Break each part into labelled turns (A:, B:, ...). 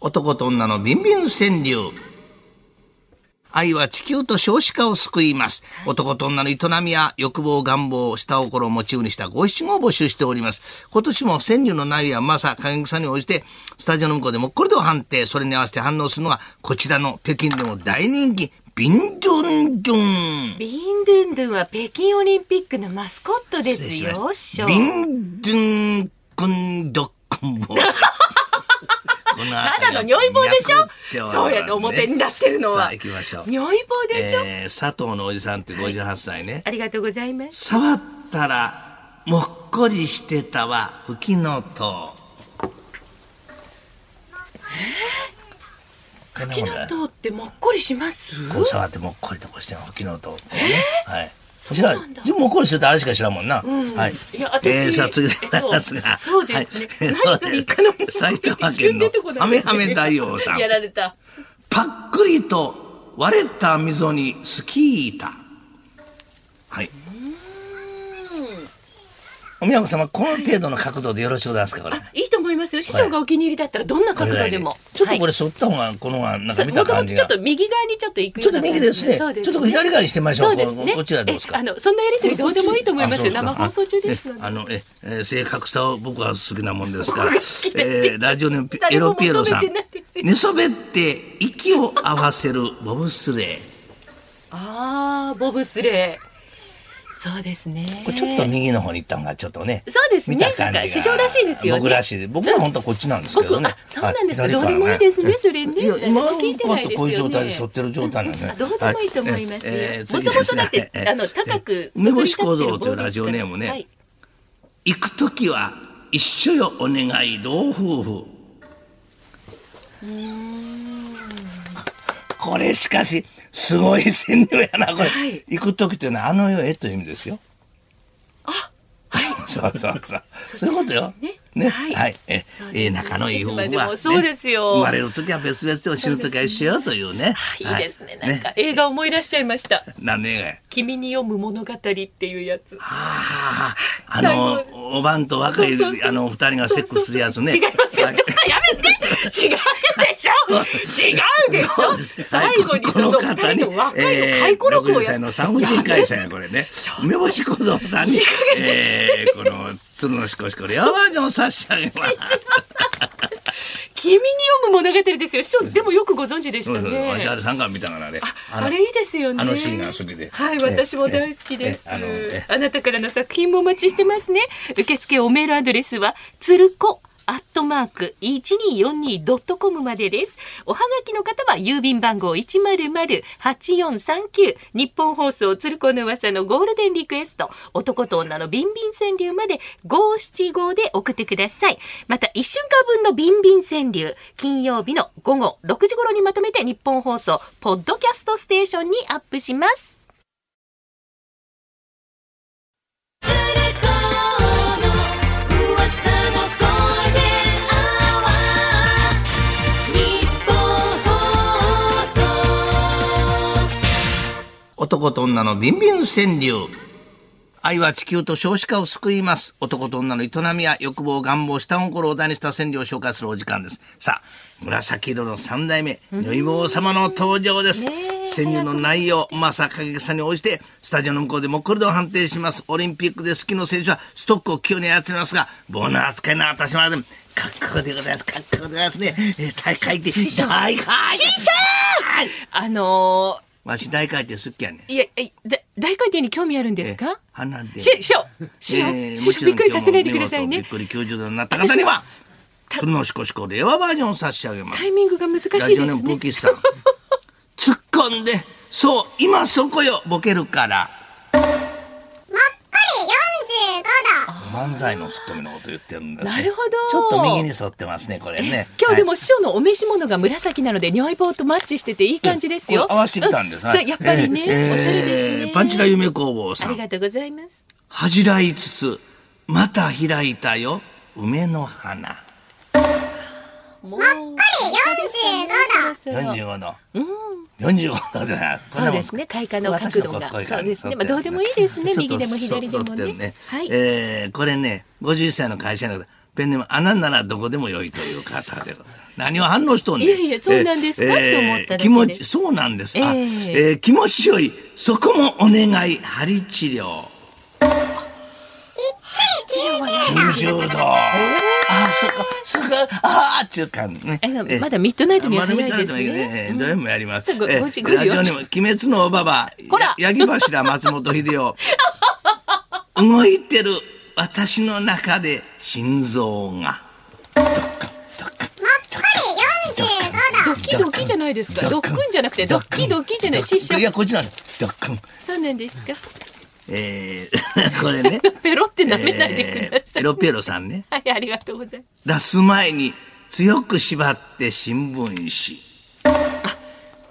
A: 男と女のビンビン川柳。愛は地球と少子化を救います。男と女の営みや欲望、願望、下心をモチーフにした五七五を募集しております。今年も川柳の内容やうまさ、過激さに応じて、スタジオの向こうでもっこりと判定、それに合わせて反応するのが、こちらの北京でも大人気、ビンドゥンドゥン。
B: ビンドゥンドゥンは北京オリンピックのマスコットです
A: 失礼し
B: よ。
A: ま
B: 師
A: した
B: 匠
A: ビンドゥンクンドックン ボー。
B: た
A: た
B: だの尿意棒でしょそうやって表になってるの
A: さ
B: は。
A: あ行きましょう。
B: 尿意棒でしょ、
A: えー佐藤のおじさんって58歳ね、
B: ありがとうございます。
A: 触ったらもっこりしてたわフキノトウえ
B: 昨日とってもっこりします
A: こう触ってもっこりとこうしてんのフキノトウこうね、はい
B: そうなんだ
A: 知らもっこりしてたあれしか知らんもんな、
B: ん
A: はい
B: いや私
A: えーさあ次でございます
B: えっ
A: が
B: とそうですね
A: はい
B: 何がいいかな
A: 埼玉県のハメハメ大王さん
B: やられた。
A: パックリと割れた溝にスキータはいお宮子様この程度の角度でよろしゅうございますかこれ
B: いいと思いますよ。市長がお気に入りだったらどんな
A: これ
B: 角
A: ぐら
B: 度
A: い
B: でも。
A: ちょっとこ
B: れ、
A: れ反った方がこの方がなん
B: そ
A: か
B: う
A: 見
B: も
A: た
B: ともと
A: 感じ
B: ちょっ
A: が
B: と右側にちょっと行く
A: ちょっと右ですね
B: そう
A: ちょっと左側にしてみましょ
B: そ
A: う
B: うですね。
A: ここっちらどうですか
B: えあのそんなやりとりどうでもいいと思いま
A: あ
B: す
A: そう
B: よ。
A: ですか
B: 生放送中ですので
A: あ。あのええ正確さを僕は好きなもんですから
B: 僕が好きだって
A: えーラジオネームピ エ
B: 誰も
A: ロピエロさん
B: 求めてないですよ
A: 寝そべって息を合わせるボブスレー
B: ああボブスレー。そうですね。
A: これちょっと右の方に行った方がちょっとね。
B: そうですね
A: 見た感じ
B: な
A: が。
B: んか市場らしいですよね
A: 僕らしいで。僕は本当はこっちなんですけどね。
B: 僕あそうなんですか
A: はい
B: ど
A: 左から
B: うでもいいですねそれね
A: い
B: 聞
A: や、今
B: いてないですよね
A: こうやってこういう状態で反ってる状態なんでね
B: あ。どうでもいいと思いますよ。
A: はえー
B: も
A: 次
B: と
A: で
B: も
A: す
B: と
A: ね
B: だって、あの高く。
A: 梅干し
B: そこ
A: 小
B: に立ってる
A: 僧とい
B: 棒です
A: う
B: から
A: ラジオネームね
B: はい
A: 行くときは一緒よお願い老夫婦。これしかしすごい線路やなこれ、
B: はい
A: 行く時っていうのはあの世へという意味ですよ。あ そうそうそうそういうことよ。
B: ね
A: ね
B: は
A: はいい、え
B: そうですね
A: え仲のいい夫婦
B: いつまで
A: は、
B: も
A: ね、
B: そうですよ
A: 生まれる時は別々で死ぬ時は一緒よというね。
B: いいですね。なんか映画思い出しちゃいました。
A: 何年や。
B: 君に読む物語っていうやつ。
A: あああ
B: 最後
A: のおばんと若い
B: そうそうそう
A: あの二人がセックスするやつね。
B: 違いますよ。
A: は
B: ちょっとやめて。違うでし ょ。違うでし
A: そう
B: ょ。最後にその二人の若いの回顧録をや
A: えー60歳
B: っ
A: の産婦人科医さんやこれね梅干し小僧さんに、えー、この鶴のしこしこレアバージョンを差し上げます
B: 君に読む物語ですよ。師匠でもよくご存知でし
A: そう
B: た
A: そうそうわしあ
B: ね。
A: れ三巻見たからね
B: あ
A: の
B: あれいいですよね。
A: あのシーンが好きで
B: はい、
A: え
B: 私も大好きです。
A: ええあのえ
B: あなたからの作品もお待ちしてますね。受付おメールアドレスは、つるこ。アットマーク 1242.com までです。おはがきの方は郵便番号100-8439日本放送鶴子の噂のゴールデンリクエスト男と女のビンビン川柳まで575で送ってください。また1週間分のビンビン川柳金曜日の午後6時頃にまとめて日本放送ポッドキャストステーションにアップします。
A: 男と女のビンビン川柳愛は地球と少子化を救います男と女の営みや欲望願望下心を題にした川柳を紹介するお時間ですさあ紫色の三代目如意棒様の登場です
B: ねえ
A: 川柳の内容うまさ過激さに応じてスタジオの向こうでもっこりと判定しますオリンピックで好きの選手はストックを器用に操りますが棒の扱いの私までもかっこでございますかっこでございますねえー大会って大会師匠
B: あの
A: わし大会って好きやねん
B: ー、いや、えだ大回転に興味あるんですか
A: 花で。
B: し、しょ、しょ、
A: えー
B: 師
A: も
B: 匠
A: ち
B: び
A: ろ
B: っ
A: ん
B: くりさせないでください
A: 今
B: ね
A: 日。も見事びっくり90度になった方には、
B: た
A: 鶴のしこしこ令和バージョンを差し上げます
B: タ。イミングが難しいで
A: ラジオネー
B: す
A: ムプ
B: ね
A: ー。キーさん。突っ込んで、そう、今そこよ、ボケるから。漫才のツッコミのこと言ってるんですよ
B: なるほど
A: ちょっと右に沿ってますね、これね。
B: 今日でも
A: はい
B: 師匠のお召し物が紫なので、尿意棒とマッチしてていい感じですよ。
A: これ合わせてきたんです。
B: う
A: はい
B: そうやっぱりね、
A: えー
B: おしゃれです
A: え
B: ね。
A: ーパンチラ夢工房さ
B: あり
A: ん。
B: がとうございます。
A: 恥じらいつつ、また開いたよ、梅の花。
B: もう。まっかり
A: 四
B: 45
A: 十五度。四十五度でな。
B: そうですね。開花の角度が。そうですね。まあどうでもいいですね。右でも左でもね。は。
A: はいい。えーこれね、五十歳の会社の方。ペンネーム、穴ならどこでも良いという方でございます。何を反応しとんねん。
B: いやいやそうなんですかと思っただけで
A: 気持ち、そうなんです。あ
B: え
A: え
B: え
A: ー気持ちよい。そこもお願い、針治療。90度。ああ、そっか、そっか、ああ、っていう感じね。
B: えでも
A: ええ
B: まだミッドナイトには
A: まだ
B: や
A: ミ
B: っ
A: ッ
B: て
A: ド
B: な
A: ナ
B: い
A: イ
B: で
A: ト
B: す
A: だ
B: ね
A: けどね、土曜日もやります。
B: ご
A: ええ
B: ごじごじ
A: ラジオネーム、鬼滅のおばば、
B: こら
A: や八木柱松本秀夫。動いてる私の中で心臓が。どっか、どっか。
B: ドキドキじゃないですかドックンじゃなくてドッキドキじゃない
A: ドックン
B: 失笑
A: いや、こっちなんだ。ドックン。
B: そうなんですか
A: えー、 これね。
B: ペロって 舐めないでくだ
A: え
B: さい、
A: ー、エロピエロさんね。
B: はいありがとうございま
A: 出す前に強く縛って新聞紙。
B: す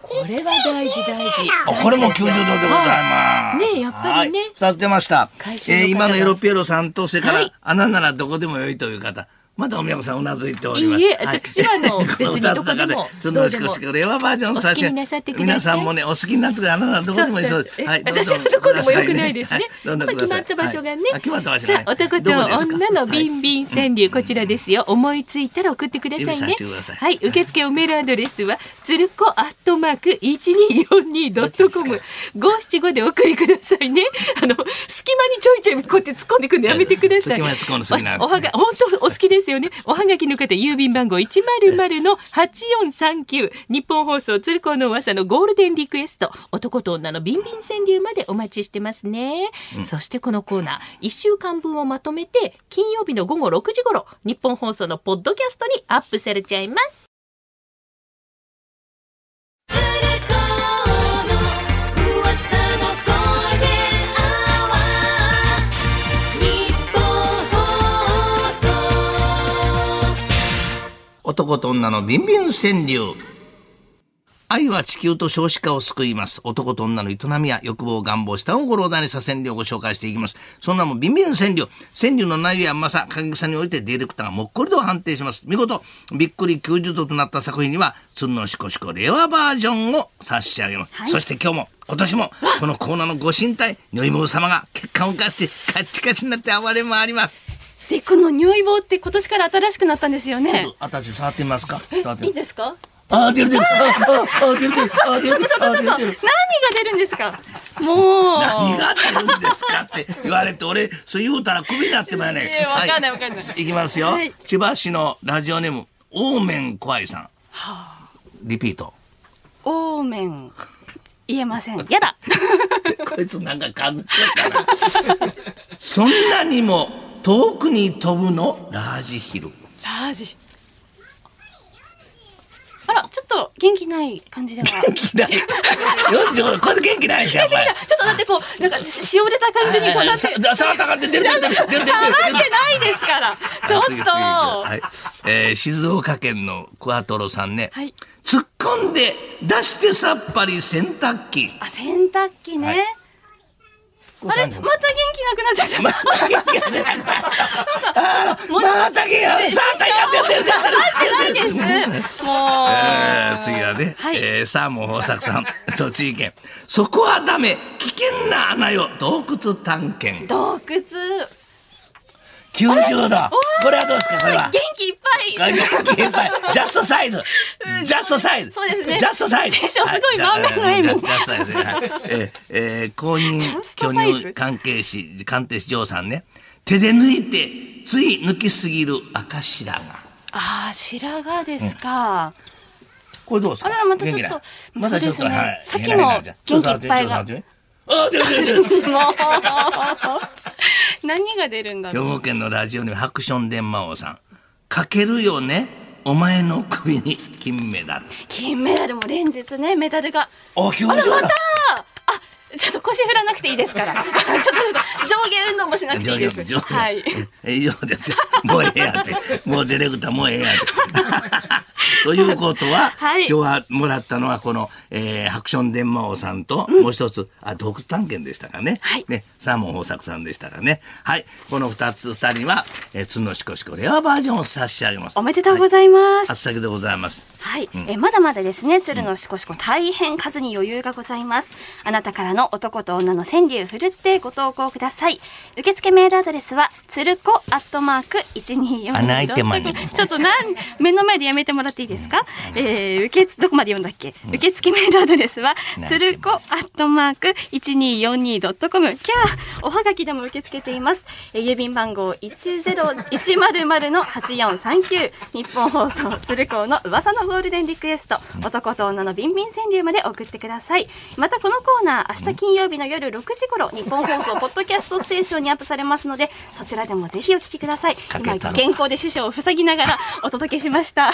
B: これは大事大事
A: あこれも90度でございます。
B: はいねえやっぱりね
A: はい二つ出ました。
B: 回収の方
A: え
B: が
A: ー今のエロピエロさんと、それから、
B: はい
A: 穴ならどこでもよいという方。まだお宮本さんうなずいております。
B: いいえ私はあ の別にどこでも
A: この二つの中そのしこしこ令和バージョン
B: お好きになさってください
A: 皆さんもね、お好きになってください。穴ならどこでもいいそうです。
B: そうそう
A: はい、どうぞ
B: 私はどこでもよくないですね。
A: はいどんどん
B: まあ決
A: くださ
B: ま
A: い
B: った場所がね。
A: はいあ決まった場所
B: さ
A: が
B: あ
A: ね。、
B: 男と
A: どこですか
B: 女の
A: はい
B: ビンビン川柳、こちらですよ。思いついたら送ってください
A: 指さ
B: ね
A: してくだ。さい
B: はい、受付おメールアドレスは、つるこアットマーク一二四二ドット コム。五七五でお送りくださいね。あの隙間にちょいちょいこうやって突っ込んでくんのやめてください。
A: 隙間に突っ込むの好きなんで
B: おはが本当お好きですよね。おはがきの方、郵便番号一0 0の八四三九。日本放送鶴光の噂のゴールデンリクエスト。男と女のビンビン川柳までお待ちしてますね。そしてこのコーナー、一週間分をまとめて、金曜日の午後六時頃、日本放送のポッドキャストにアップされちゃいます。
A: 男と女のビンビン川柳。愛は地球と少子化を救います。男と女の営みや欲望、願望、下心を題にした川柳をご紹介していきます。そんなもんビンビン川柳。川柳の内容や甘さ、過激さにおいてディレクターがもっこりと判定します。見事、びっくり90度となった作品には、鶴のしこしこ令和バージョンを差し上げます。
B: はい
A: そして今日も、今年も、このコーナーのご神体、如意棒様が血管を浮かして、カッチカチになって暴れ回ります。
C: でこの如意棒って今年から新しくなったんですよ
A: ち
C: ね
A: ょっと、あたち触ってみますか
C: え
A: 触って
C: い
A: み
C: いですか
A: あー出る出るあーあー出る出るあー出
C: ち
A: る
C: ょっ
A: 出る
C: とちょっと
A: あー
C: ちょっと
A: 出る
C: 何が
A: 出る
C: 出るんですかもう
A: 何が出るんですかって言われて俺そう言うたらクビになってまうやねん
C: いやわかんないわかんない
A: いきますよ
C: はい
A: 千葉市のラジオネームオーメン怖いさんリピート
C: オーメン言えませんやだ
A: こいつなんか感じてたなそんなにも遠くに飛ぶのラージヒル
C: ラージあらちょっと元気ない感じではちょ
A: 嫌
C: っ
A: い45これ元気ないじゃんお前
C: とだってこうなんかししおれた感じにこうなって
A: さ触ったらあかんって出る出る出る出る出る出る
C: 触ってないですからちょっ
A: 次次
C: と
A: はいえー静岡県のクワトロさんね、
C: はい
A: 突っ込んで出してさっぱり洗濯機
C: あ洗濯機ね、
A: はい
C: あれまた 元気なくなっちゃった
A: また元気が出なくなった
C: もうちょっと
A: また元気が出なくな
C: ないです。もう。
A: えー次はね、
C: はい
A: えーサーモン豊作さん 栃木県そこはダメ危険な穴よ洞窟探検
C: 洞窟。
A: 90度これはどうですかこれは
C: 元気いっぱ
A: あ
C: い。
A: 元気いっぱい。 ジャストサイズ。ジャストサイズ。
C: そうですね
A: ジャストサイズ。
C: 師匠すごい
A: は
C: 満面の笑み
A: ジャジャストサイズね。はいえー、えー、公認
C: ジャス
A: 巨
C: トサイズ
A: 乳関係士、鑑定士長さんね。手で抜いて、つい抜きすぎる赤白が。
C: ああ白髪ですか。
A: これどうですか
C: あらまたちょっと
A: 元気ないまたちょっと、
C: そうですね
A: はい。
C: さっきも
A: 変な変なじゃん
C: 元気いっぱ
A: ちょっ
C: いが
A: と触ってちょっと触ってあ、出る出る出る。
C: もう。何が出るんだ
A: 兵
C: ろう。
A: 庫県のラジオにハクション電魔王さん。かけるよね。お前の首に金メダル。
C: 金メダルも連日ねメダルが。
A: お、90
C: あらま
A: 度
C: た。あちょっと腰振らなくていいです から。ちょっとちょっと上下運動もしなくていいです。
A: 上下
C: はい。
A: え以上です。もうええやって。もうディレクターもうええやって。ということは、
B: はい
A: 今日はもらったのはこの、えー、ハクション伝馬王さんと、もう一つ、あ、洞窟探検でしたかね。
B: はい
A: ね、サーモン豊作さんでしたかね。はい。この二つ、二人には、えー、つんのしこしこレアバージョンを差し上げます。
C: おめでとうございます。
A: あっさでございます。
C: はい、えまだまだですね鶴のしこしこ大変数に余裕がございますあなたからの男と女の川柳ふるってご投稿ください受付メールアドレスはつるこアットマーク
A: 穴開いてまいり
C: 124ちょっ となん目の前でやめてもらっていいですか、えー、受付どこまで読んだっけ受付メールアドレスはつるこアットマーク 1242.com キャーおはがきでも受け付けていますえー郵便番号10100の8439日本放送鶴光の噂のゴールデンリクエスト男と女のビンビン川柳まで送ってくださいまたこのコーナー明日金曜日の夜6時頃日本放送ポッドキャストステーションにアップされますのでそちらでもぜひお聞きください
A: かけ
C: 今
A: たの
C: 健康で師匠を塞ぎながらお届けしました